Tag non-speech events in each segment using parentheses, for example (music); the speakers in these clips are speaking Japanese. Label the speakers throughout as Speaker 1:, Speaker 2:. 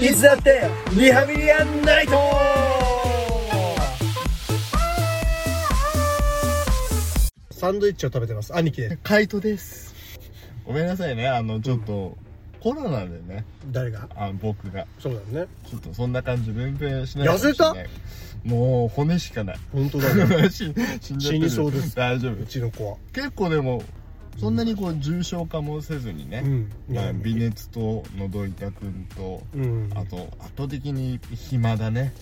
Speaker 1: いつだってリハビリアンナイトサンドイッチを食べてます兄貴で
Speaker 2: カイトです。
Speaker 3: ごめんなさいね、あの、ちょっと、コロナでね、
Speaker 1: 誰が
Speaker 3: あ僕が、
Speaker 1: そうだね
Speaker 3: ちょっとそんな感じ、分娩しない
Speaker 1: 痩せた
Speaker 3: もう、骨しかない。 (laughs)
Speaker 1: 本当だね
Speaker 3: 死死んじゃっ
Speaker 1: 死
Speaker 3: てる
Speaker 1: にそうです
Speaker 3: 大丈夫
Speaker 1: う。ちの子は
Speaker 3: 結構でも、そんなにこう、重症化もせずに
Speaker 1: う
Speaker 3: ね、
Speaker 1: ん
Speaker 3: まあ微熱と、喉痛くんと、
Speaker 1: うん
Speaker 3: あと、圧倒的に暇だね。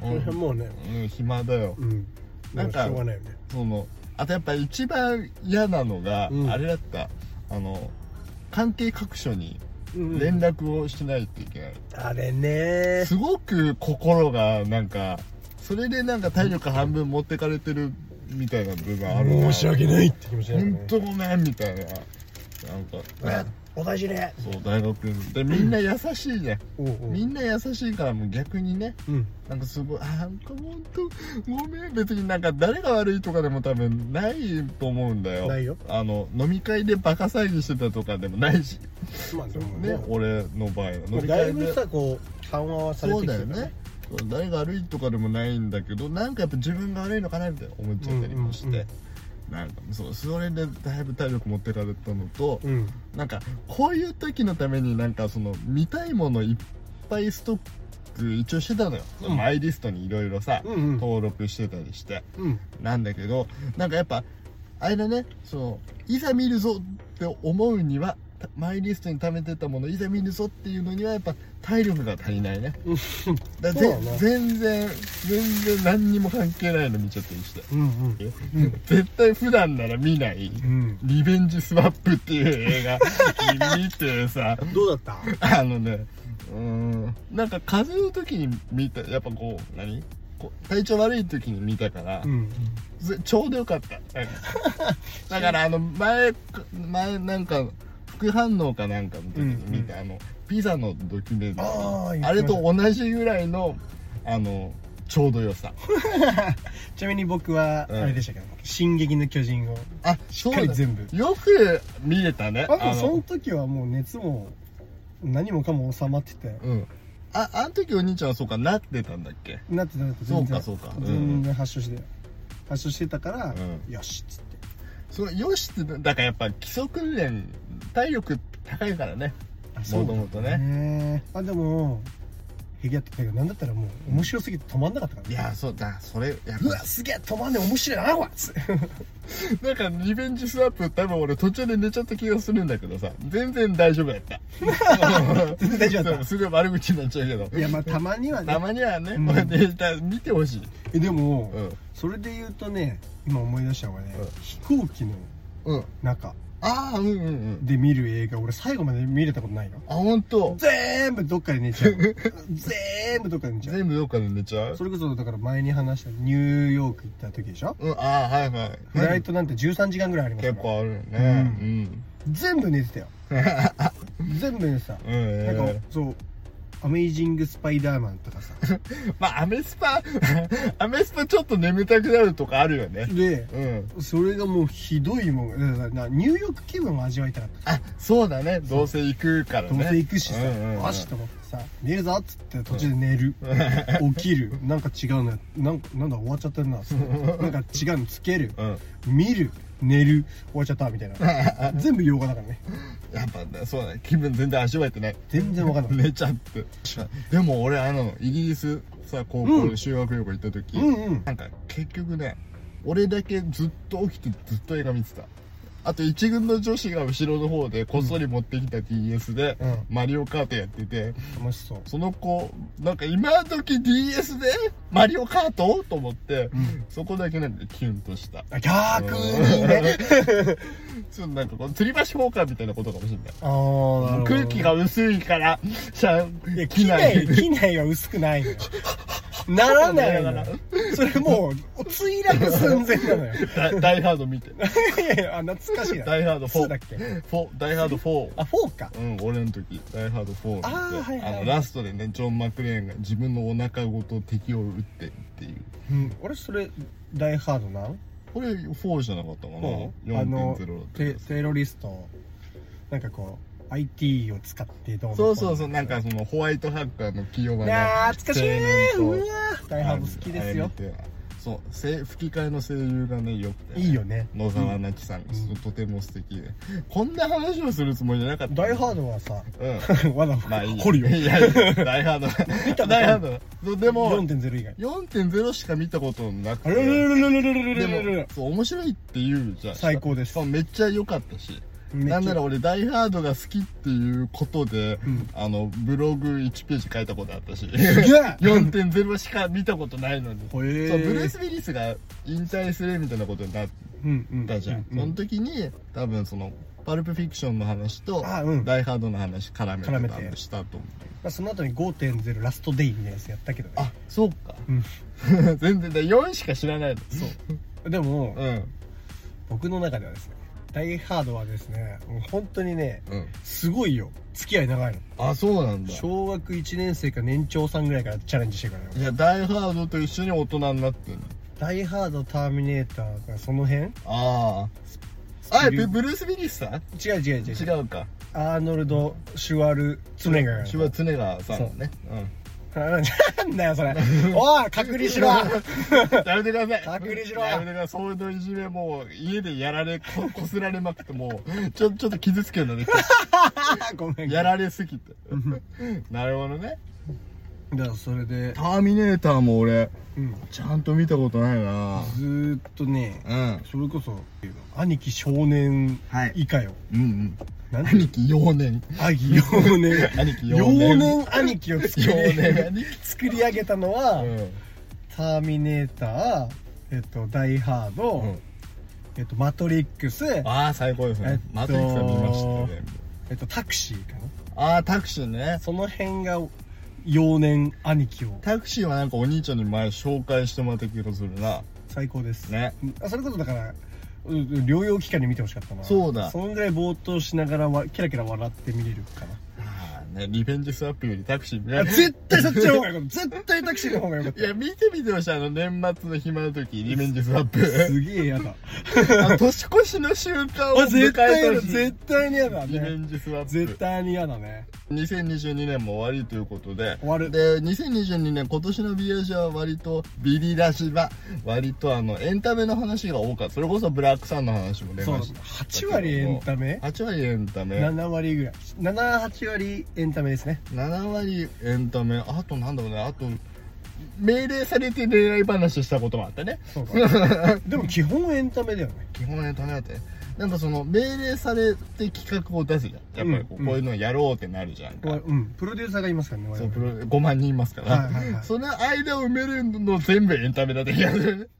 Speaker 1: この辺もうね
Speaker 3: うん、うん暇だよ。
Speaker 1: うん
Speaker 3: なんか
Speaker 1: しょうがないよね
Speaker 3: そのあとやっぱ一番嫌なのが、
Speaker 1: うん
Speaker 3: あれだったあの関係各所に
Speaker 1: うん
Speaker 3: 連絡をしないといけない、
Speaker 1: あれね
Speaker 3: すごく心がなんかそれでなんか体力半分持ってかれてるみたいな部分あるな
Speaker 1: 申し訳ないって気持ちだよ
Speaker 3: 本
Speaker 1: ね
Speaker 3: 当ごめんみたいななんか、
Speaker 1: ねお大事ね
Speaker 3: そう大学でみんな優しいじゃん、
Speaker 1: おうおう
Speaker 3: みんな優しいからもう逆にね
Speaker 1: うん
Speaker 3: なんかすごい、あ、なんか本当、ごめん、別になんか誰が悪いとかでも多分ないと思うんだよ。
Speaker 1: ないよ。
Speaker 3: あの、飲み会でバカ騒ぎしてたとかでもないし、
Speaker 1: まあでも
Speaker 3: ね
Speaker 1: ね、
Speaker 3: 俺の場合は。飲
Speaker 1: も
Speaker 3: み
Speaker 1: う
Speaker 3: 会
Speaker 1: だい
Speaker 3: で
Speaker 1: ぶさこう緩和はされ
Speaker 3: そ
Speaker 1: てき
Speaker 3: う
Speaker 1: て
Speaker 3: だよ
Speaker 1: るから
Speaker 3: ね。そう誰が悪いとかでもないんだけど、なんかやっぱ自分が悪いのかなみたいな思っちゃったりもして。
Speaker 1: うんうん
Speaker 3: なんかそうそれでだいぶ体力持ってかれたのと、
Speaker 1: うん
Speaker 3: なんかこういう時のためになんかその見たいものいっぱいストック一応してたのよ、
Speaker 1: うん
Speaker 3: マイリストにいろいろさ、
Speaker 1: うんうん
Speaker 3: 登録してたりして
Speaker 1: うん
Speaker 3: なんだけどなんかやっぱあれだねそのいざ見るぞって思うにはたマイリストに貯めてたものいざ見るぞっていうのにはやっぱ体力が足りないね
Speaker 1: うん
Speaker 3: だ
Speaker 1: そう
Speaker 3: ぜ
Speaker 1: だね
Speaker 3: 全然全然何にも関係ないの見ちゃったりして
Speaker 1: うん
Speaker 3: 絶対普段なら見ない
Speaker 1: うん
Speaker 3: リベンジスワップっていう映画見てさ、
Speaker 1: どうだった
Speaker 3: あのね、うーん、なんか風邪の時に見た、やっぱこう、何こう体調悪い時に見たから、
Speaker 1: うん
Speaker 3: ずちょうどよかった。
Speaker 2: (laughs)
Speaker 3: なんかだからあの、前、前なんか、副反応かなんかの時に見た、あの、ピザのドキュメンタリ
Speaker 1: あー言ってまし
Speaker 3: ー。
Speaker 1: た
Speaker 3: あれと同じぐらいの、あの、ちょうど良さ。
Speaker 2: ちなみに僕は、
Speaker 3: うん
Speaker 2: あれでしたけど、進撃の巨人を。
Speaker 3: あ、そう
Speaker 2: しっか
Speaker 3: だ
Speaker 2: り全部
Speaker 3: よく見れたね。
Speaker 2: あ、で
Speaker 3: の
Speaker 2: もその時はもう熱も、何もかも収まってたよ。
Speaker 3: うん。あ、あの時お兄ちゃんはそうかなってたんだっけ
Speaker 2: なってたなって
Speaker 3: そう
Speaker 2: 全
Speaker 3: か
Speaker 2: 然。
Speaker 3: そうかうん
Speaker 2: 全然発症してたよ。発症してたから、
Speaker 3: う
Speaker 2: よし、っつって。
Speaker 3: そのよしって、だからやっぱ基礎訓練、体力高いからね。
Speaker 2: あ
Speaker 3: も
Speaker 2: だ
Speaker 3: ともとね。
Speaker 2: ねえあ、でも、ヘギやってたけど、なんだったらもう、面白すぎて止まんなかったから
Speaker 3: い
Speaker 2: ね。
Speaker 3: や、そうだ、それ、やっ
Speaker 2: うわ、すげえ止まんねえ面白いな、こいつ。
Speaker 3: ぱ、なんかリベンジスワップ、多分俺途中で寝ちゃった気がするんだけどさ、全然大丈夫やった。
Speaker 2: (laughs) 全然大丈夫だった
Speaker 3: (laughs) そうすごい悪口になっちゃうけど。
Speaker 2: いや、まあ、たまにはね
Speaker 3: た。まにはね、
Speaker 2: うん
Speaker 3: こうやって見てほしい。
Speaker 2: えでも、
Speaker 3: うん。
Speaker 2: それで言うとね、今思い出したのがね、
Speaker 3: うん
Speaker 2: 飛行機の
Speaker 3: うん。
Speaker 2: 中
Speaker 3: ああ、うんうんうん。
Speaker 2: で見る映画、俺最後まで見れたことないよ。
Speaker 3: あ、ほんと。
Speaker 2: 全部どっかで
Speaker 3: (laughs)
Speaker 2: 寝ちゃう。全部どっかで寝ちゃう。
Speaker 3: 全部どっかで寝ちゃう
Speaker 2: それこそ、だから前に話したニューヨーク行った時でしょ
Speaker 3: うん、ああ、はいはい。
Speaker 2: フライトなんて13時間ぐらいありますか
Speaker 3: 結
Speaker 2: ら
Speaker 3: 構あるよね。うん。
Speaker 2: 全部寝
Speaker 3: (laughs)
Speaker 2: てたよ。全部寝てた。
Speaker 3: うんうん
Speaker 2: なんか、そう、アメイジング・スパイダーマン
Speaker 3: (laughs)
Speaker 2: とかさ。
Speaker 3: まあ、アメスパ、 (laughs) アメスパちょっと眠たくなるとかあるよね。
Speaker 2: で、
Speaker 3: うん。
Speaker 2: それがもうひどいもん。だからなニューヨーク気分を味わいたかった。
Speaker 3: あ、そうだね。どうせ行くからね。
Speaker 2: どうせ行くしさ、
Speaker 3: う
Speaker 2: よ
Speaker 3: んうんうん
Speaker 2: しと思ってさ寝るぞっつって途中で寝る、起きるなんか違うのやなんかなんだ終わっちゃってるななんか違うのつける、
Speaker 3: うん。
Speaker 2: 見る寝る終わっちゃったみたい
Speaker 3: (laughs)
Speaker 2: な全部洋画だからね
Speaker 3: やっぱね、そうだね。気分全然味わえてない。
Speaker 2: 全然わかんない
Speaker 3: (laughs) 寝ちゃって。でも俺、あの、イギリスさ、高校で修学旅行行った時、
Speaker 2: うんうん
Speaker 3: なんか結局ね、俺だけずっと起きてずっと映画見てた。あと一軍の女子が後ろの方でこっそり持ってきた DS で、
Speaker 2: うん
Speaker 3: マリオカートやってて、
Speaker 2: 楽しそう
Speaker 3: その子、なんか今時 DS でマリオカートと思って、そこだけなんでキュンとした。
Speaker 2: あ逆にね
Speaker 3: そうなんかこの吊り橋放火みたいなことかもしれない。
Speaker 2: ああなるほど
Speaker 3: 空気が薄いから、しゃ、
Speaker 2: いや
Speaker 3: 機
Speaker 2: 機内機内は薄くないのよならないのよそれもう墜落寸前
Speaker 3: (laughs)
Speaker 2: なのよ
Speaker 3: ダダイハード見て。
Speaker 2: いやいやあ懐かしいな
Speaker 3: ダイハード
Speaker 2: 4
Speaker 3: 4。
Speaker 2: だっけ
Speaker 3: 4ダイハード4。
Speaker 2: あ4か
Speaker 3: うん、俺の時、ダイハード4見て
Speaker 2: あーはいはい
Speaker 3: あの、ラストでね、ジョン・マクレーンが自分のお腹ごと敵を撃ってっていう。
Speaker 2: うん、俺それ「ダイ・ハードな」ん
Speaker 3: これ4じゃなかったかな
Speaker 2: あの
Speaker 3: ?4.0 だった
Speaker 2: テ
Speaker 3: やつ
Speaker 2: テロリストなんかこう IT を使ってどうのこ
Speaker 3: そ
Speaker 2: の
Speaker 3: うそうそうなんかそのホワイトハッカーの企業が
Speaker 2: いやー懐かしいうわー
Speaker 3: 大
Speaker 2: 大ハーブ好きですよ
Speaker 3: そうせ吹き替えの声優がねよくて
Speaker 2: いいよね
Speaker 3: 野沢那智さん、とても素敵でこんな話をするつもりじゃなかった
Speaker 2: 大ハードはさ
Speaker 3: うん
Speaker 2: わざ
Speaker 3: まあいい
Speaker 2: 掘るよ
Speaker 3: いやいや大ハード
Speaker 2: 見たことある
Speaker 3: 大ハードそうでも
Speaker 2: 4.0以外
Speaker 3: 4.0しか見たことなく
Speaker 2: あれれ
Speaker 3: て
Speaker 2: れれれれ
Speaker 3: で
Speaker 2: れれれ
Speaker 3: も
Speaker 2: れ
Speaker 3: そう面白いって言うじゃん
Speaker 2: 最高です
Speaker 3: そうめっちゃ良かったし
Speaker 2: めっちゃ
Speaker 3: なんなら俺、ダイハードが好きっていうことで、
Speaker 2: うん
Speaker 3: あの、ブログ1ページ書いたことあったし、
Speaker 2: すげえ
Speaker 3: 4.0しか見たことないのに。
Speaker 2: ほえ
Speaker 3: そうブルー
Speaker 2: ー
Speaker 3: ス・ウィリスが引退するみたいなことになっ
Speaker 2: うんうん
Speaker 3: たじゃん。
Speaker 2: うんう
Speaker 3: その
Speaker 2: ん
Speaker 3: 時に、多分その、パルプフィクションの話と、
Speaker 2: あうん
Speaker 3: ダイハードの話絡めてた
Speaker 2: 絡め
Speaker 3: ん
Speaker 2: て
Speaker 3: でしたと思う。
Speaker 2: まあその後に5.0ラストデイみたいなやつやったけどね
Speaker 3: あ、そうか。
Speaker 2: うん
Speaker 3: (laughs) 全然だ、4しか知らないの。そう。
Speaker 2: でも
Speaker 3: うん。
Speaker 2: 僕の中ではですねダイハードはですねもう本当にね
Speaker 3: うん。
Speaker 2: すごいよ付き合い長いの
Speaker 3: あ、そうなんだ。い
Speaker 2: 小学1年生か年長さんぐらいからチャレンジしてからよ
Speaker 3: や、ダイハードと一緒に大人になってんの。
Speaker 2: ダイハードターミネーターがその辺違う
Speaker 3: ああ。あ、
Speaker 2: ス
Speaker 3: ブ
Speaker 2: ピル
Speaker 3: ブルース・ウィリスさん
Speaker 2: 違う違う違う
Speaker 3: 違うか。
Speaker 2: アーノルド・シュワルツェネガー
Speaker 3: シュワツェネガーさん (laughs) のね。
Speaker 2: なんだよ
Speaker 3: (laughs)
Speaker 2: それおい隔離しろ
Speaker 3: うん。やめてください。
Speaker 2: 隔離しろ
Speaker 3: やめてください。そういうのいじめもう家でやられ、ここすられまくって、もう、ちょ、ちょっと傷つけるのね。
Speaker 2: ごめん
Speaker 3: やられすぎて。 (laughs) なるほどね。
Speaker 2: だからそれで、
Speaker 3: ターミネーターも俺、
Speaker 2: うん、
Speaker 3: ちゃんと見たことないな
Speaker 2: ずーっとね
Speaker 3: うん。
Speaker 2: それこそ兄貴少年
Speaker 3: はい
Speaker 2: 以下よ、
Speaker 3: うんうん。
Speaker 2: 何て
Speaker 3: 兄貴幼年。
Speaker 2: 兄貴幼年
Speaker 3: 兄貴
Speaker 2: 幼
Speaker 3: 幼年。
Speaker 2: 年兄貴を作り
Speaker 3: 幼年兄貴。
Speaker 2: 作り上げたの
Speaker 3: (laughs)
Speaker 2: は、
Speaker 3: うん。
Speaker 2: ターミネーター、えっと、ダイハード、
Speaker 3: うん
Speaker 2: えっと、マトリックス、
Speaker 3: ああ、最高です
Speaker 2: えっ
Speaker 3: ね
Speaker 2: と。
Speaker 3: マトリックスは見ましたよね。
Speaker 2: えっと、タクシーかな
Speaker 3: ああ、タクシーね。
Speaker 2: その辺が幼年兄貴を
Speaker 3: タクシーはなんかお兄ちゃんに前紹介してもらった気がするな。
Speaker 2: 最高です、
Speaker 3: ね。
Speaker 2: あそれこそだからうう療養期間に見てほしかったな
Speaker 3: そうだ
Speaker 2: そのぐらいぼーっとしながらわキラキラ笑って見れるかな
Speaker 3: ああね、リベンジスワップよりタクシー見
Speaker 2: い
Speaker 3: ら
Speaker 2: や
Speaker 3: れ
Speaker 2: 絶対そっちの方がよかった絶対タクシーの方がよかっ
Speaker 3: (laughs) いや、見てみてほしい。あの、年末の暇の時、リベンジスワ (laughs) ッ
Speaker 2: た
Speaker 3: プ。
Speaker 2: すげえ嫌だ
Speaker 3: あの年越しの瞬間を
Speaker 2: あ
Speaker 3: 迎え
Speaker 2: 絶対
Speaker 3: て
Speaker 2: 嫌
Speaker 3: ほ
Speaker 2: だ
Speaker 3: しい
Speaker 2: 絶対に嫌だ
Speaker 3: リベ
Speaker 2: ね
Speaker 3: ンジスワップ。
Speaker 2: 絶対に嫌だね
Speaker 3: 2022年も終わりということで。
Speaker 2: 終わる
Speaker 3: で、2022年、今年のビアージュは割と、ビリラジは、割とあの、エンタメの話が多かった。それこそブラックさんの話も出
Speaker 2: そう
Speaker 3: ま
Speaker 2: だ
Speaker 3: した。
Speaker 2: 8割エンタメ
Speaker 3: 8割エンタメ。
Speaker 2: 7割ぐらい78割エンタメですね
Speaker 3: 7割エンタメあとなんだろうねあと命令されて恋愛話したこともあったね
Speaker 2: そうかでも基本エンタメだよね
Speaker 3: 基本エンタメだってなんかその命令されて企画を出すじゃんやっぱりこう,、
Speaker 2: うん
Speaker 3: こういうのやろうってなるじゃんか、
Speaker 2: うんプロデューサーがいますからね我
Speaker 3: そう
Speaker 2: 々
Speaker 3: プロ5万人いますから、
Speaker 2: はいはいはい
Speaker 3: その間を埋めるの全部エンタメだってやる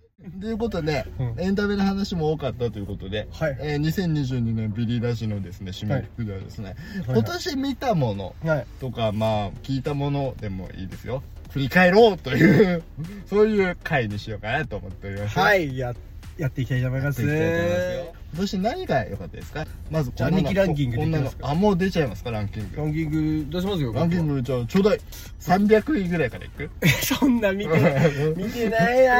Speaker 3: ということで、
Speaker 2: うん
Speaker 3: エンタメの話も多かったということで、
Speaker 2: はい
Speaker 3: えー2022年ビリラジのですね締めくくりはですね、
Speaker 2: はい
Speaker 3: 今年見たもの
Speaker 2: はい
Speaker 3: とかまあ聞いたものでもいいですよ振り返ろうという (laughs) そういう回にしようかなと思っております
Speaker 2: はいややっていきたいと思いま
Speaker 3: ですきたいと思いますよ今年何が良かったですかまずこんなの
Speaker 2: じゃあ兄貴ランキング
Speaker 3: こんな
Speaker 2: で
Speaker 3: の
Speaker 2: きますか
Speaker 3: あもう出ちゃいますかランキン
Speaker 2: ラ
Speaker 3: グ
Speaker 2: ンキング出しますよ
Speaker 3: ランキングじゃあちょうだい300位ぐらいからいく
Speaker 2: (laughs) そんな
Speaker 3: (laughs)
Speaker 2: 見てない見てないな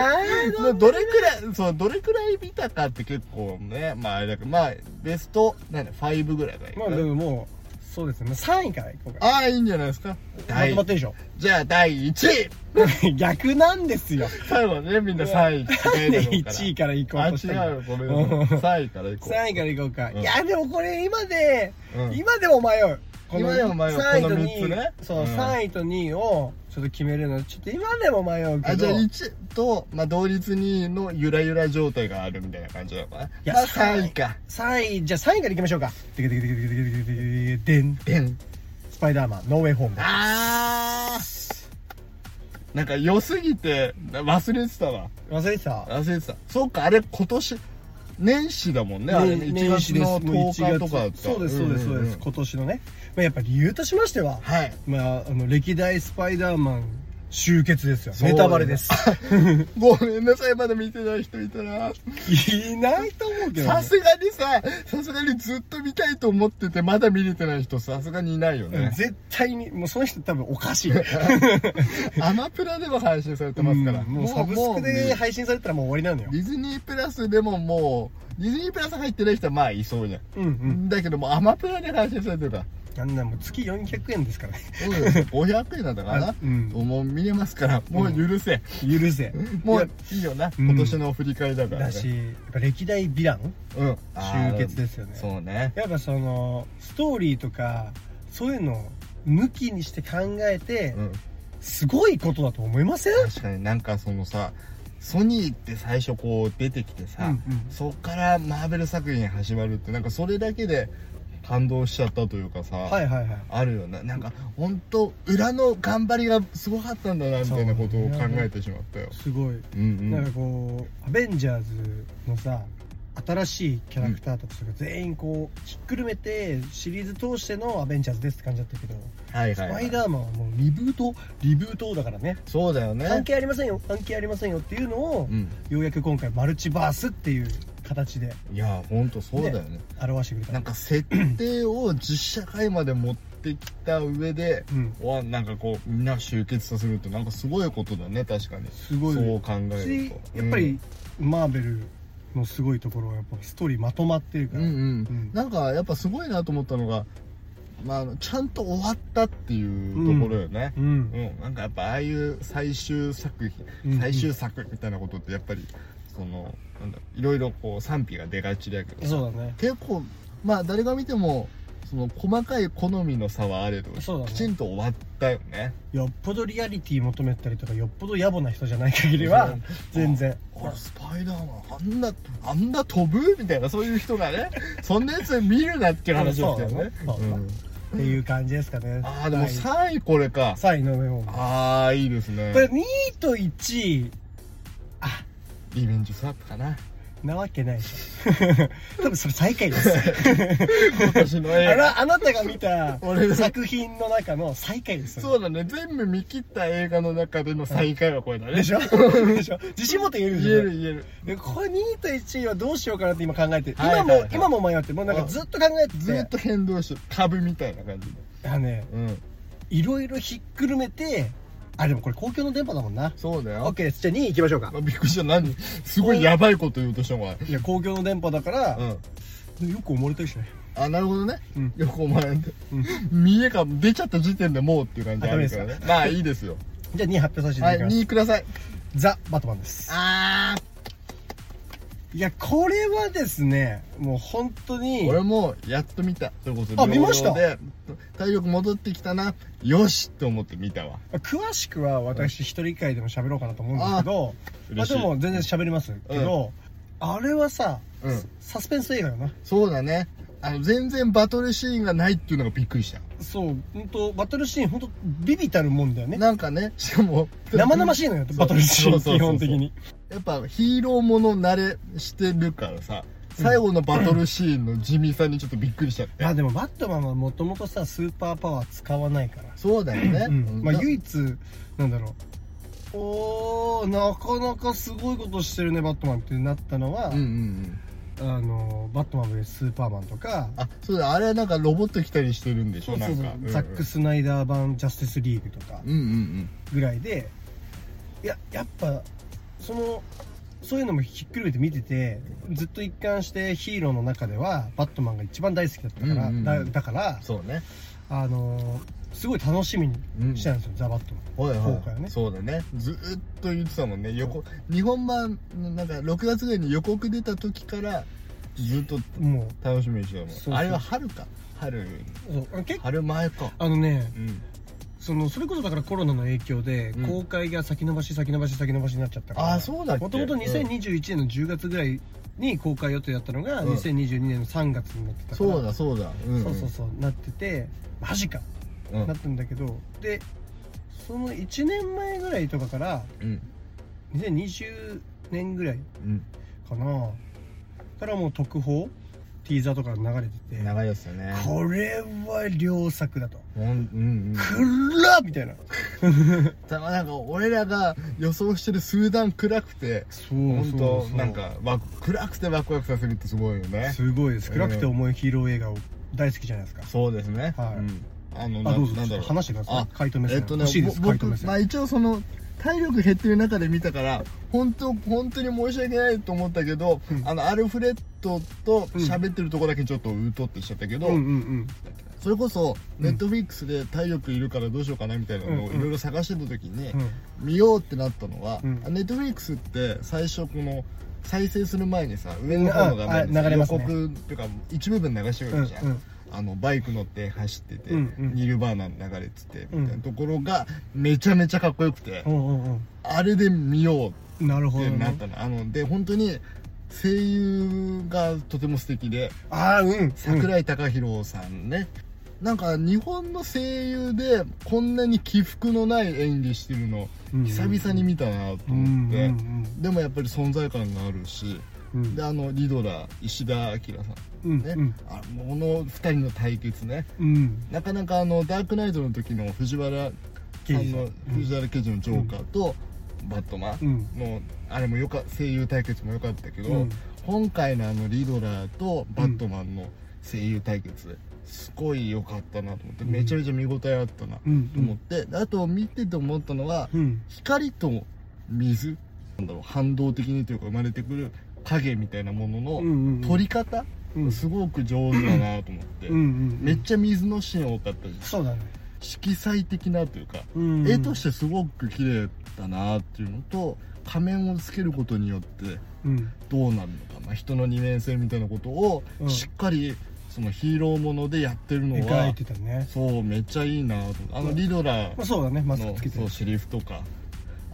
Speaker 3: まあどれくらいそうどれくらい見たかって結構ねまああれだけどまあベストなんだ5ぐらいからいく
Speaker 2: まあでももうそうですね3位からいこうか
Speaker 3: ああいいんじゃないですか
Speaker 2: ま
Speaker 3: 第
Speaker 2: とまってるでしょ (laughs)
Speaker 3: じゃあ第1位
Speaker 2: 逆なんですよ
Speaker 3: 最後ねみんな3位違いだろうから
Speaker 2: 1位からいこ
Speaker 3: あ、
Speaker 2: う
Speaker 3: 違
Speaker 2: としたけど
Speaker 3: う、ごめんなさ
Speaker 2: (laughs)
Speaker 3: い。3位から行こう。
Speaker 2: 3位からいこうか、
Speaker 3: うん
Speaker 2: いやでもこれ今で、
Speaker 3: うん
Speaker 2: 今でも迷うこの
Speaker 3: 今でも迷う
Speaker 2: 3位
Speaker 3: こ
Speaker 2: と
Speaker 3: の三つね
Speaker 2: 2位そう、
Speaker 3: うん
Speaker 2: 3位と2位をちょっと決めるのちょっと今でも迷うけ
Speaker 3: あ、じ
Speaker 2: ど
Speaker 3: ゃあ1と、まあ、同率2位のゆらゆら状態があるみたいな感じなのかな。
Speaker 2: や
Speaker 3: まあ、3位か。
Speaker 2: 3位じゃあ3位からいきましょうかてけてけてけてけてけてけてけてん
Speaker 3: でん。
Speaker 2: スパイダーマンノーウェイホーム
Speaker 3: あー。なんか良すぎて、な忘れてたわ。
Speaker 2: 忘れてた
Speaker 3: 忘れてた。そうか、あれ今年、年始だもんね。あれね、1月の10日とかだった。
Speaker 2: そうですそうですそうです、
Speaker 3: んんん
Speaker 2: 今年のね、まあ、やっぱ理由としましては、
Speaker 3: はい。
Speaker 2: まあ、あの歴代スパイダーマン集結ですよ
Speaker 3: そう
Speaker 2: ネタバ
Speaker 3: (laughs)
Speaker 2: レです
Speaker 3: ごめんなさい、まだ見てない人いたら。
Speaker 2: いないと思うけど、
Speaker 3: さ
Speaker 2: ね、
Speaker 3: すがにさ、さすがにずっと見たいと思ってて、まだ見れてない人、さすがにいないよね。
Speaker 2: 絶対にもうその人多分おかしい
Speaker 3: アマプラでも配信されてますから。
Speaker 2: うんもうサブスクで
Speaker 3: も
Speaker 2: 配信されたらもう終わりなのよ
Speaker 3: うディズニープラスでももう、ディズニープラス入ってない人はまあいそうじゃん。
Speaker 2: うんうん (laughs)
Speaker 3: だけども、アマプラで配信されてるから。
Speaker 2: なんなんもう月400円ですからね
Speaker 3: そうです500円なんだからな
Speaker 2: うん
Speaker 3: もう見れますからもう許せ、
Speaker 2: 許せ
Speaker 3: も
Speaker 2: いや
Speaker 3: ういいよな、
Speaker 2: うん
Speaker 3: 今年の振り返りだから、
Speaker 2: だ
Speaker 3: ね、
Speaker 2: しやっぱ歴代ヴィラン
Speaker 3: うん
Speaker 2: 集結ですよね
Speaker 3: そうね
Speaker 2: やっぱそのストーリーとかそういうのを抜きにして考えて、
Speaker 3: うん
Speaker 2: すごいことだと思いません
Speaker 3: 確かになんかそのさソニーって最初こう出てきてさ、
Speaker 2: うんうん
Speaker 3: そっからマーベル作品始まるってなんかそれだけで感動しちゃったというかさ、
Speaker 2: はいはいはい
Speaker 3: あるよななんか本当裏の頑張りがすごかったんだなみたいなことを考えてしまったよ、
Speaker 2: すご
Speaker 3: う
Speaker 2: い、
Speaker 3: んうん、
Speaker 2: なんかこうアベンジャーズのさ新しいキャラクターたちとか全員こうひっくるめてシリーズ通してのアベンジャーズですって感じだったけど、
Speaker 3: はい
Speaker 2: ス
Speaker 3: はい、
Speaker 2: パ
Speaker 3: は
Speaker 2: イ
Speaker 3: い、
Speaker 2: ダーマンはもうリブートリブートだからね
Speaker 3: そうだよ
Speaker 2: 関
Speaker 3: ね
Speaker 2: 係ありませんよ関係ありませんよっていうのを、
Speaker 3: うん
Speaker 2: ようやく今回マルチバースっていう形で
Speaker 3: いや本当そうだよね
Speaker 2: 表してくれた
Speaker 3: なんか設定を実社会まで持ってきた上で
Speaker 2: うん
Speaker 3: わなんかこうみんな集結させるってなんかすごいことだね確かに
Speaker 2: すごい
Speaker 3: そう考える
Speaker 2: し
Speaker 3: と
Speaker 2: やっぱり、マーベルのすごいところはやっぱストーリーまとまってるか
Speaker 3: うん
Speaker 2: ら、
Speaker 3: うん、うん
Speaker 2: ん
Speaker 3: なんかやっぱすごいなと思ったのが、まああの、ちゃんと終わったっていうところよね、
Speaker 2: う
Speaker 3: うん
Speaker 2: ん
Speaker 3: なんかやっぱああいう最終作品、
Speaker 2: うん
Speaker 3: 最終作みたいなことってやっぱりそのなんだいろいろこう賛否が出がちだけど
Speaker 2: そうだね
Speaker 3: 結構まあ誰が見てもその細かい好みの差はあれど、
Speaker 2: そうだね
Speaker 3: きちんと終わったよね
Speaker 2: よっぽどリアリティ求めたりとかよっぽど野暮な人じゃない限りは
Speaker 3: うん
Speaker 2: 全然
Speaker 3: あれスパイダーマンあんなあんな飛ぶみたいなそういう人が
Speaker 2: (laughs)
Speaker 3: ねそんなやつ見るなっていう話ですよね
Speaker 2: あそうだねそうだね
Speaker 3: ん
Speaker 2: っていう感じですかね
Speaker 3: ああでも3位これか
Speaker 2: 3位の上も
Speaker 3: ああいいですね
Speaker 2: これ2位と1位
Speaker 3: リベンジスワップかな
Speaker 2: なわけないでしょ (laughs) 多分それ最下位です
Speaker 3: (laughs) 今年の
Speaker 2: あ
Speaker 3: 映画
Speaker 2: らあなたが見た
Speaker 3: 俺の
Speaker 2: 作品の中の最下位です
Speaker 3: そううだね全部見切った映画の中での最下位はこれだね (laughs)
Speaker 2: でしょでしょ自信持って言える
Speaker 3: 言え
Speaker 2: でしょ
Speaker 3: る言える
Speaker 2: でこれ2位と1位はどうしようかなって今考えてる
Speaker 3: はいは
Speaker 2: 今
Speaker 3: いはい
Speaker 2: も今も迷ってもうなんかずっと考えてて
Speaker 3: ずっと変動して株みたいな感じで
Speaker 2: あのね
Speaker 3: うん
Speaker 2: いろいろひっくるめてあでもこれ公共の電波だもんな
Speaker 3: そうだよ
Speaker 2: OK ですじゃあ2位行きましょうか
Speaker 3: あびっくりした何すごいやばいこと言おうとしたのか
Speaker 2: いや公共の電波だから
Speaker 3: う、ん
Speaker 2: よく思われたりしない
Speaker 3: あなるほどね、
Speaker 2: うん
Speaker 3: よくお前って、
Speaker 2: うん
Speaker 3: 見えが出ちゃった時点でもうっていう感じあるから
Speaker 2: あダメ
Speaker 3: ねまあいいですよ
Speaker 2: じゃあ2位発表させて
Speaker 3: はいい
Speaker 2: ただきます、
Speaker 3: 2位ください
Speaker 2: ザ・バットマンです
Speaker 3: ああ
Speaker 2: いやこれはですねもう本当に
Speaker 3: 俺もやっと見たそれこそ
Speaker 2: あ見ました
Speaker 3: 療養で体力戻ってきたなよしと思って見たわ
Speaker 2: 詳しくは私一人会でも喋ろうかなと思うんですけどまあ
Speaker 3: 嬉し
Speaker 2: で
Speaker 3: い
Speaker 2: も全然喋りますけど、あれはさ、
Speaker 3: うん
Speaker 2: サスペンス映画よな
Speaker 3: そうだねあの全然バトルシーンがないっていうのがびっくりした
Speaker 2: そう本当バトルシーン本当ビビたるもんだよね
Speaker 3: なんかねしかも
Speaker 2: 生々しいのよ
Speaker 3: そう
Speaker 2: バトルシーン
Speaker 3: そうそうそうそう
Speaker 2: 基本的に
Speaker 3: やっぱヒーローもの慣れしてるからさ最後のバトルシーンの地味さにちょっとびっくりしちゃって、
Speaker 2: まあでもバットマンはもともとさスーパーパワー使わないから、
Speaker 3: そうだよね、
Speaker 2: うんまあ、
Speaker 3: な
Speaker 2: 唯一なんだろうおーなかなかすごいことしてるねバットマンってなったのは、
Speaker 3: うんうんうん
Speaker 2: あのバットマン vs スーパーマンとか
Speaker 3: あそうだあれはなんかロボット来たりしてるんでし
Speaker 2: そ
Speaker 3: ょ
Speaker 2: うそうそう
Speaker 3: なんか
Speaker 2: ザック・
Speaker 3: ス
Speaker 2: スナイダー版ジャスティスリーグとか
Speaker 3: うんうん
Speaker 2: ぐらいでいややっぱそのそういうのもひっくるめて見ててずっと一貫してヒーローの中ではバットマンが一番大好きだったから、
Speaker 3: うんうんうん
Speaker 2: だだから
Speaker 3: うんそうね
Speaker 2: あのーすごい楽しみにしてたんですよ、ザ・バットマン
Speaker 3: はい
Speaker 2: そうかよね
Speaker 3: そうだねずーっと言ってたもんね横日本版のなんか6月ぐらいに予告出た時からずっと
Speaker 2: も
Speaker 3: 楽しみにしてたもん
Speaker 2: そうそう
Speaker 3: あれは春か春
Speaker 2: うそう結構
Speaker 3: 春前か
Speaker 2: あのね
Speaker 3: うん
Speaker 2: そのそれこそだからコロナの影響で
Speaker 3: うん
Speaker 2: 公開が先延ばし先延ばし先延ばしになっちゃったから
Speaker 3: あそうだっけ
Speaker 2: もともと2021年の10月ぐらいに公開予定だったのが
Speaker 3: うん
Speaker 2: 2022年の3月になってたから、
Speaker 3: そうだそうだうん
Speaker 2: そうそうそうなっててマジか
Speaker 3: うんうん
Speaker 2: なってんだけどでその1年前ぐらいとかから
Speaker 3: うん
Speaker 2: 2020年ぐらい
Speaker 3: うん
Speaker 2: かなからもう特報ティーザーとか流れてて
Speaker 3: 長いですよね
Speaker 2: これは良作だと
Speaker 3: ほんうんうん
Speaker 2: くらっみたいな
Speaker 3: たまなんか俺らが予想してる数段暗くて
Speaker 2: そう
Speaker 3: 本当なんかワク暗くてワクワクさせるってすごいよね
Speaker 2: すごいです
Speaker 3: うん
Speaker 2: 暗くて重いヒーロー映画を大好きじゃないですか
Speaker 3: そうですね
Speaker 2: はい
Speaker 3: うんあの
Speaker 2: あ
Speaker 3: な
Speaker 2: どうぞ
Speaker 3: なんだろう
Speaker 2: 話してください
Speaker 3: あ
Speaker 2: 回答メッセー
Speaker 3: え
Speaker 2: ジ
Speaker 3: っとね
Speaker 2: 欲しいです
Speaker 3: ぼ
Speaker 2: 回答
Speaker 3: 僕
Speaker 2: メッセ
Speaker 3: ま
Speaker 2: ー
Speaker 3: あ
Speaker 2: ジ
Speaker 3: 一応その体力減ってる中で見たから本当本当に申し訳ないと思ったけど、あのアルフレッドと喋ってるとこだけちょっとうとってしちゃったけど、
Speaker 2: うんうんうん
Speaker 3: それこそネットフィックスで体力いるからどうしようかなみたいなのをいろいろ探してた時に、
Speaker 2: うん
Speaker 3: 見ようってなったのは、
Speaker 2: うん
Speaker 3: ネットフリックスって最初この再生する前にさ上の方の画
Speaker 2: ああ
Speaker 3: 面に
Speaker 2: 流れますね
Speaker 3: 予告っていうか一部分流してく
Speaker 2: うん
Speaker 3: るじゃん、あのバイク乗って走ってて、
Speaker 2: うんうん
Speaker 3: ニルバーナ流れてて
Speaker 2: うん
Speaker 3: みたいなところがめちゃめちゃかっこよくて、
Speaker 2: うんうん
Speaker 3: あれで見よ
Speaker 2: うんなる
Speaker 3: う
Speaker 2: ほ
Speaker 3: っ
Speaker 2: ど
Speaker 3: てなっ
Speaker 2: ね
Speaker 3: たの、あので本当に声優がとても素敵で
Speaker 2: ああうん
Speaker 3: 桜井貴弘さんね、なんか日本の声優でこんなに起伏のない演技してるの久々に見たなと思って、でもやっぱり存在感があるしであのリドラー石田明さんね、あこの2人の対決ねなかなかあのダークナイトの時の藤原さんの藤原刑事のジョーカーとバットマンのあれもよか声優対決も良かったけど、今回のあのリドラーとバットマンの声優対決すごい良かったなと思って、
Speaker 2: うん
Speaker 3: めちゃめちゃ見応えあったなと思って、であと見てて思ったのは光と水なんだろう反動的にというか生まれてくる影みたいなものの取り方、すごく上手だなと思って、めっちゃ水のシーン多かったし
Speaker 2: そうだね
Speaker 3: 色彩的なというか、絵としてすごく綺麗だなっていうのと仮面をつけることによってどうなるのか、まあ、人の二面性みたいなことを
Speaker 2: うん
Speaker 3: しっかりそのヒーローものでやってるのは、
Speaker 2: 描いてたね
Speaker 3: そうめっちゃいいなと思ってあのリドラー、
Speaker 2: まあそうだねマスクつけて
Speaker 3: そうシリフとか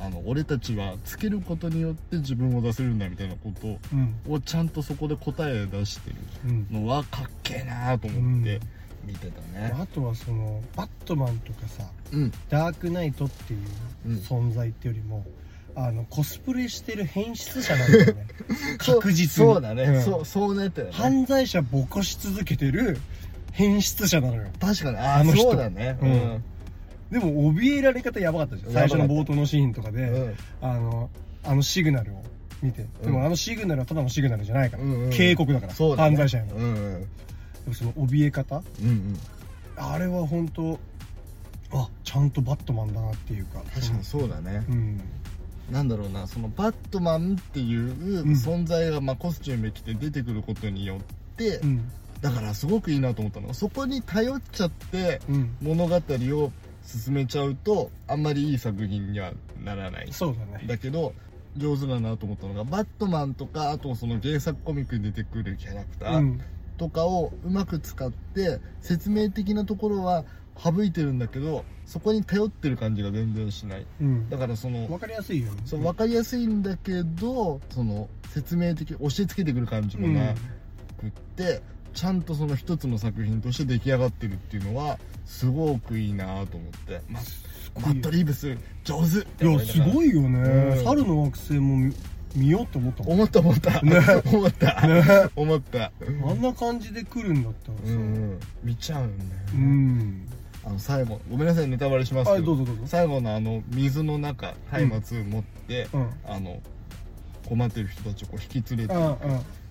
Speaker 3: あの俺たちはつけることによって自分を出せるんだみたいなこと
Speaker 2: うん
Speaker 3: をちゃんとそこで答え出してる
Speaker 2: うん
Speaker 3: のはかっけえなと思って見てたね、
Speaker 2: あとはそのバットマンとかさ
Speaker 3: うん
Speaker 2: ダークナイトっていう
Speaker 3: うん
Speaker 2: 存在ってよりもあのコスプレしてる変質者なんだよね確実
Speaker 3: (laughs)
Speaker 2: に
Speaker 3: そうそうだね、
Speaker 2: うん
Speaker 3: そうそうなってたね
Speaker 2: 犯罪者ぼこし続けてる変質者なのよ
Speaker 3: 確かにあ
Speaker 2: あ
Speaker 3: あ
Speaker 2: の人
Speaker 3: そうだね
Speaker 2: うんでも怯えられ方やばかったじゃん
Speaker 3: やばか
Speaker 2: 最
Speaker 3: った
Speaker 2: 初の冒頭のシーンとかで、
Speaker 3: うんうん
Speaker 2: あのあのシグナルを見て、
Speaker 3: うん
Speaker 2: でもあのシグナルはただのシグナルじゃないから、
Speaker 3: うんうん
Speaker 2: 警告だから
Speaker 3: そうだね
Speaker 2: 犯罪者やの、
Speaker 3: う
Speaker 2: で
Speaker 3: んうん
Speaker 2: もその怯え方
Speaker 3: うんうん
Speaker 2: あれは本当あちゃんとバットマンだなっていうか
Speaker 3: 確かにそうだね、
Speaker 2: うん
Speaker 3: なんだろうなそのバットマンっていう存在が、まあ、コスチューム着て出てくることによって、
Speaker 2: うん
Speaker 3: だからすごくいいなと思ったのがそこに頼っちゃって
Speaker 2: うん
Speaker 3: 物語を進めちゃうとあんまりいい作品にはならない
Speaker 2: そうだね
Speaker 3: だけど上手だなと思ったのがバットマンとかあとその原作コミックに出てくるキャラクタ
Speaker 2: う
Speaker 3: ー
Speaker 2: ん
Speaker 3: とかをうまく使って説明的なところは省いてるんだけどそこに頼ってる感じが全然しない
Speaker 2: うん
Speaker 3: だからその
Speaker 2: わかりやすいよね
Speaker 3: そう分かりやすいんだけどその説明的押し付けてくる感じも
Speaker 2: うん
Speaker 3: なくって、ちゃんとその一つの作品として出来上がってるっていうのはすごくいいなと思って、まあマットリーブス上手って
Speaker 2: い
Speaker 3: 思
Speaker 2: や
Speaker 3: いな
Speaker 2: す
Speaker 3: がら
Speaker 2: ごいよ
Speaker 3: う
Speaker 2: ね
Speaker 3: ん
Speaker 2: 猿の惑星も見見ようと思ったもん
Speaker 3: 思った思った、
Speaker 2: ね
Speaker 3: 思った、
Speaker 2: ね
Speaker 3: 思った
Speaker 2: あんな感じで来るんだったらさ
Speaker 3: うんうん見ちゃうんだよね、
Speaker 2: うん
Speaker 3: あの最後ごめんなさいネタバレします
Speaker 2: は
Speaker 3: け
Speaker 2: いど
Speaker 3: ど
Speaker 2: うぞどうぞ
Speaker 3: 最後のあの水の中松明持って、
Speaker 2: うん
Speaker 3: あの困ってる人たちをこう引き連れて
Speaker 2: ああ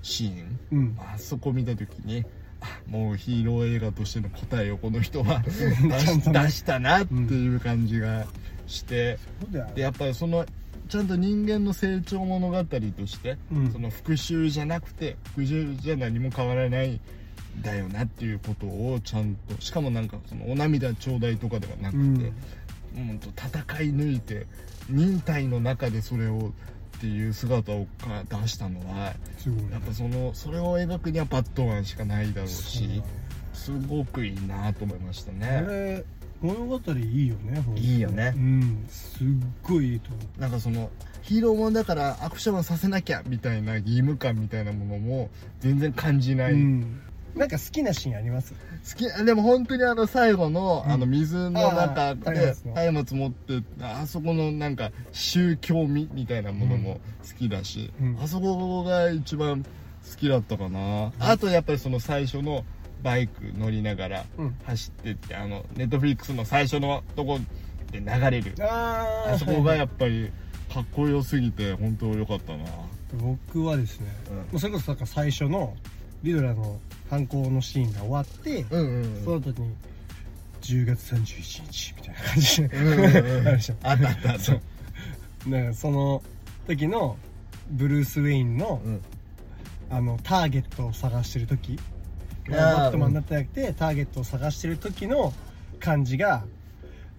Speaker 3: シーン
Speaker 2: うん
Speaker 3: あそこ見た時にあもうヒーロー映画としての答えをこの人
Speaker 2: (laughs)
Speaker 3: は出
Speaker 2: ちゃん
Speaker 3: し
Speaker 2: とね
Speaker 3: 出したなっていう感じがして、
Speaker 2: そうだよ
Speaker 3: でやっぱりそのちゃんと人間の成長物語として、
Speaker 2: うん
Speaker 3: その復讐じゃなくて復讐じゃ何も変わらないんだよなっていうことをちゃんとしかもなんかそのお涙頂戴とかではなくて、
Speaker 2: うん
Speaker 3: うんと戦い抜いて忍耐の中でそれをっていう姿をか出したのは
Speaker 2: すごい
Speaker 3: やっぱそのそれを描くにはバットマンしかないだろう
Speaker 2: そう
Speaker 3: しすごくいいなと思いました
Speaker 2: だねこ
Speaker 3: ね
Speaker 2: れ物語いいよねほんと
Speaker 3: いいよね
Speaker 2: うんすっごいいいと思う
Speaker 3: なんかそのヒーローもんだからアクションはさせなきゃみたいな義務感みたいなものも全然感じない、
Speaker 2: うんなんか好きなシーンあります
Speaker 3: 好きでも本当にあの最後の,、
Speaker 2: うん
Speaker 3: あの水の中
Speaker 2: あ
Speaker 3: で
Speaker 2: ー
Speaker 3: 松明持ってあそこのなんか宗教味みたいなものも好きだし、
Speaker 2: うん
Speaker 3: あそこが一番好きだったかな、あとやっぱりその最初のバイク乗りながら
Speaker 2: うん
Speaker 3: 走ってってあのネットフリックスの最初のとこで流れる
Speaker 2: あー
Speaker 3: あそこがやっぱりかっこよすぎて本当良かったな
Speaker 2: 僕はですね、
Speaker 3: うん
Speaker 2: もうそれこそなんか最初のリドラの犯行のシーンが終わって、
Speaker 3: うんうん
Speaker 2: その時に10月31日みたいな感じで、
Speaker 3: うんうんうん (laughs)
Speaker 2: (laughs) あるでしょ
Speaker 3: あったあったあった
Speaker 2: そうだからその時のブルース・ウェインの,、
Speaker 3: うん
Speaker 2: あのターゲットを探してる時
Speaker 3: あー
Speaker 2: バットマンになってなくて、ターゲットを探してる時の感じが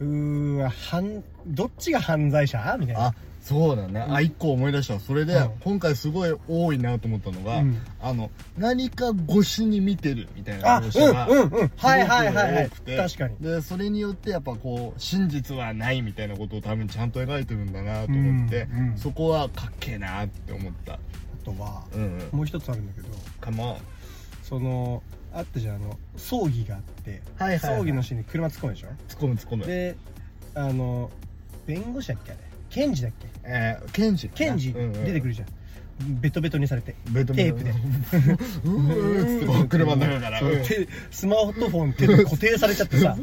Speaker 2: うーわ犯どっちが犯罪者みたいな
Speaker 3: あそうだね、あ一個思い出したそれで、
Speaker 2: うん
Speaker 3: 今回すごい多いなと思ったのが、
Speaker 2: うん
Speaker 3: あの何か越しに見てるみたいな
Speaker 2: あ
Speaker 3: 話が
Speaker 2: うんうんうんはいはいはいは
Speaker 3: すご
Speaker 2: い
Speaker 3: く多くて
Speaker 2: 確かに
Speaker 3: でそれによってやっぱこう真実はないみたいなことを多分ちゃんと描いてるんだなと思って、
Speaker 2: うんうん
Speaker 3: そこはかっけえなって思った
Speaker 2: あとは
Speaker 3: うんうん
Speaker 2: もう一つあるんだけど
Speaker 3: かも
Speaker 2: そのあったじゃんあの葬儀があって、
Speaker 3: はいはいはい
Speaker 2: 葬儀のシーンに車突っ込むでしょ
Speaker 3: 突っ込む突っ込む
Speaker 2: であの弁護士だっけあれ検事だっけ
Speaker 3: えー、ケンジ
Speaker 2: 検事出てく
Speaker 3: る
Speaker 2: るじゃん、ベトベトにされて
Speaker 3: ベト
Speaker 2: テープで
Speaker 3: (laughs) うーんっつってこう車の中から
Speaker 2: そう
Speaker 3: うん
Speaker 2: 手スマートフォン手で固定されちゃって
Speaker 3: (laughs)
Speaker 2: さ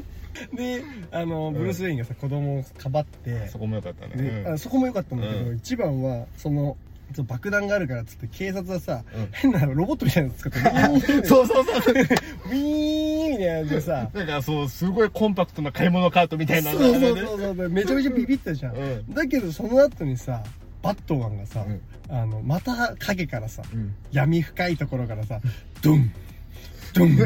Speaker 2: であのブルース・ウェインがさ子供をかばって
Speaker 3: そこもよかったね
Speaker 2: であそこも良かったんだけど、
Speaker 3: うん
Speaker 2: 一番はそのその爆弾があるからっつって警察はさ、
Speaker 3: うん
Speaker 2: 変なロボットみたいなの
Speaker 3: (laughs)
Speaker 2: 使ってウィ
Speaker 3: うんそうそうそう
Speaker 2: ーンみたいなやつでさ
Speaker 3: なんかそうすごいコンパクトな買い物カートみたいな
Speaker 2: そ
Speaker 3: の
Speaker 2: う
Speaker 3: がね
Speaker 2: そうそうそうめちゃめちゃビビったじゃん、
Speaker 3: うん
Speaker 2: だけどその後にさバットマンがさ、
Speaker 3: うん
Speaker 2: あのまた影からさ
Speaker 3: うん
Speaker 2: 闇深いところからさドンド
Speaker 3: (laughs)
Speaker 2: ンドン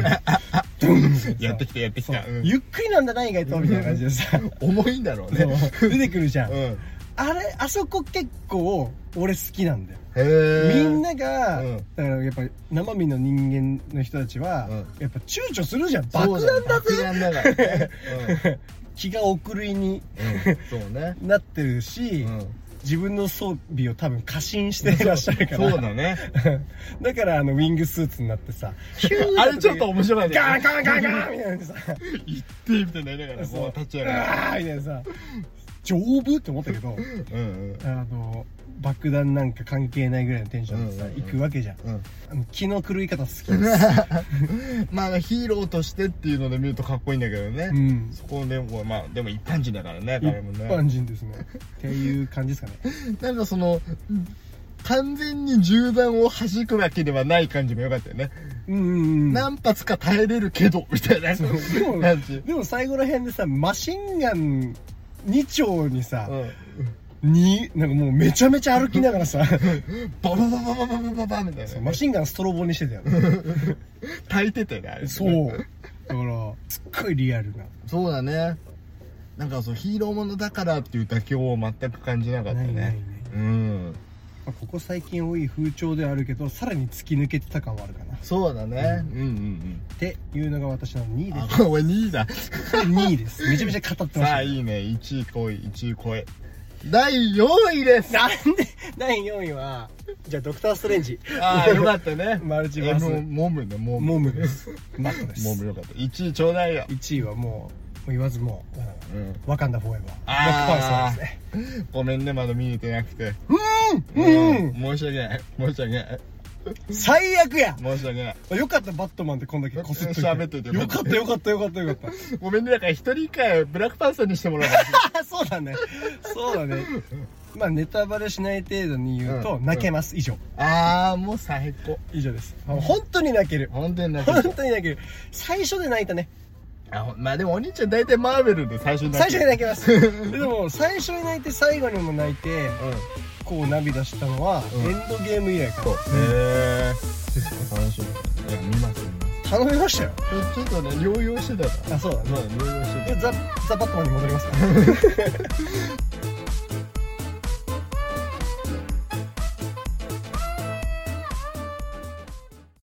Speaker 3: やってきたやってき
Speaker 2: そう
Speaker 3: たうん
Speaker 2: ゆっくりなんだな意外とみたいな感じでさ
Speaker 3: 重いんだろうね
Speaker 2: そう出てくるじゃん、
Speaker 3: うんへ
Speaker 2: あれあそこ結構俺好きなんだよ、
Speaker 3: え
Speaker 2: みんなが、
Speaker 3: うん
Speaker 2: だからやっぱ生身の人間の人たちは、
Speaker 3: うん
Speaker 2: やっぱ躊躇するじゃん爆弾だ
Speaker 3: 爆
Speaker 2: ぜ
Speaker 3: 弾だからね
Speaker 2: 気が送るいに
Speaker 3: うんうんそうね
Speaker 2: なってるし、
Speaker 3: うん
Speaker 2: 自分の装備を多分過信してらっしゃるから
Speaker 3: そうだね
Speaker 2: だからあのウィングスーツになってさヒュー
Speaker 3: あれちょっと面白いね
Speaker 2: ガンガンガンガンみたいなさ
Speaker 3: 行ってみたいになりながらこう立ち上がる
Speaker 2: あーみたいなさ丈夫って思ったけど
Speaker 3: うんうん
Speaker 2: あの爆弾なんか関係ないぐらいのテンションでさ、
Speaker 3: うんうんうん
Speaker 2: 行くわけじゃん
Speaker 3: うん
Speaker 2: あの気の狂い方好きです、
Speaker 3: まあヒーローとしてっていうので見るとかっこいいんだけどね、
Speaker 2: うん、
Speaker 3: そこでもまあでも一般人だからね
Speaker 2: 一
Speaker 3: 彼もね
Speaker 2: 般人ですねっていう感じですかね
Speaker 3: なんかそのうん完全に銃弾を弾くわけではない感じもよかったよね、
Speaker 2: うんうんうん
Speaker 3: 何発か耐えれるけどみたいな
Speaker 2: そうでも
Speaker 3: 感じ
Speaker 2: でも最後ら辺でさマシンガン2丁にさ、
Speaker 3: うん
Speaker 2: になんかもうめちゃめちゃ歩きながらさ
Speaker 3: バババババババババみたいな、
Speaker 2: そうマシンガンストロボにしてたよね
Speaker 3: (laughs) 炊いてたよねあれ
Speaker 2: そうだからすっごいリアルな
Speaker 3: そうだねなんかそうヒーローものだからっていう妥協を全く感じなかった
Speaker 2: な
Speaker 3: ね
Speaker 2: いないない、
Speaker 3: うん
Speaker 2: まあ、ここ最近多い風潮ではあるけどさらに突き抜けてた感はあるかなっ
Speaker 3: そうだね、うん、うんうん
Speaker 2: ていうのが私の2位
Speaker 3: うん
Speaker 2: で
Speaker 3: あ
Speaker 2: す
Speaker 3: これ2位だ
Speaker 2: 2位ですめちゃめちゃ語ってまし
Speaker 3: さ
Speaker 2: た
Speaker 3: あ
Speaker 2: ね、
Speaker 3: いいね1位来い1位来い第4位です
Speaker 2: なんで第4位はじゃあドクター・ストレンジ
Speaker 3: ああよかったね
Speaker 2: マルチバース
Speaker 3: えもうモムねモム
Speaker 2: モムですマットです
Speaker 3: モムよかった1位ちょうだいよ、
Speaker 2: 1位はもうもう言わずもう、
Speaker 3: うん、
Speaker 2: わかんだフォーエバー
Speaker 3: あー
Speaker 2: 100%ですね
Speaker 3: ごめんねまだ見えてなくて
Speaker 2: うんうん
Speaker 3: 申し訳ない申し訳ない
Speaker 2: 最悪や
Speaker 3: 申し訳ない
Speaker 2: よかったバットマンってこんだけこすっといて
Speaker 3: 喋っといてよ
Speaker 2: よ
Speaker 3: か
Speaker 2: か
Speaker 3: っ
Speaker 2: ったたよかったよかったよかった
Speaker 3: ごめんねだから一人一回ブラックパンサーにしてもらおうか
Speaker 2: あ (laughs) そうだねそうだねまあネタバレしない程度に言うと、
Speaker 3: うん
Speaker 2: 泣けます以上
Speaker 3: (laughs) なああもう最高
Speaker 2: 以上です本当に泣ける
Speaker 3: 本当に泣け
Speaker 2: 本
Speaker 3: た
Speaker 2: 当に泣ける最初で泣いたね
Speaker 3: あほんまあでもお兄ちゃん大体マーベルで最初に
Speaker 2: 最
Speaker 3: 泣
Speaker 2: 初
Speaker 3: け
Speaker 2: に
Speaker 3: る
Speaker 2: 泣けます
Speaker 3: (laughs)
Speaker 2: でも最初に泣いて最後にも泣いてこう涙したのは、
Speaker 3: うん
Speaker 2: エンドゲーム以来か
Speaker 3: うんそうへえ楽しみいや見ます見ます
Speaker 2: ら頼みましたよ
Speaker 3: ちょちょっとね療養してたから
Speaker 2: あそうだね
Speaker 3: まあ療養してた
Speaker 2: でザ・ザ・バットマンに戻りますか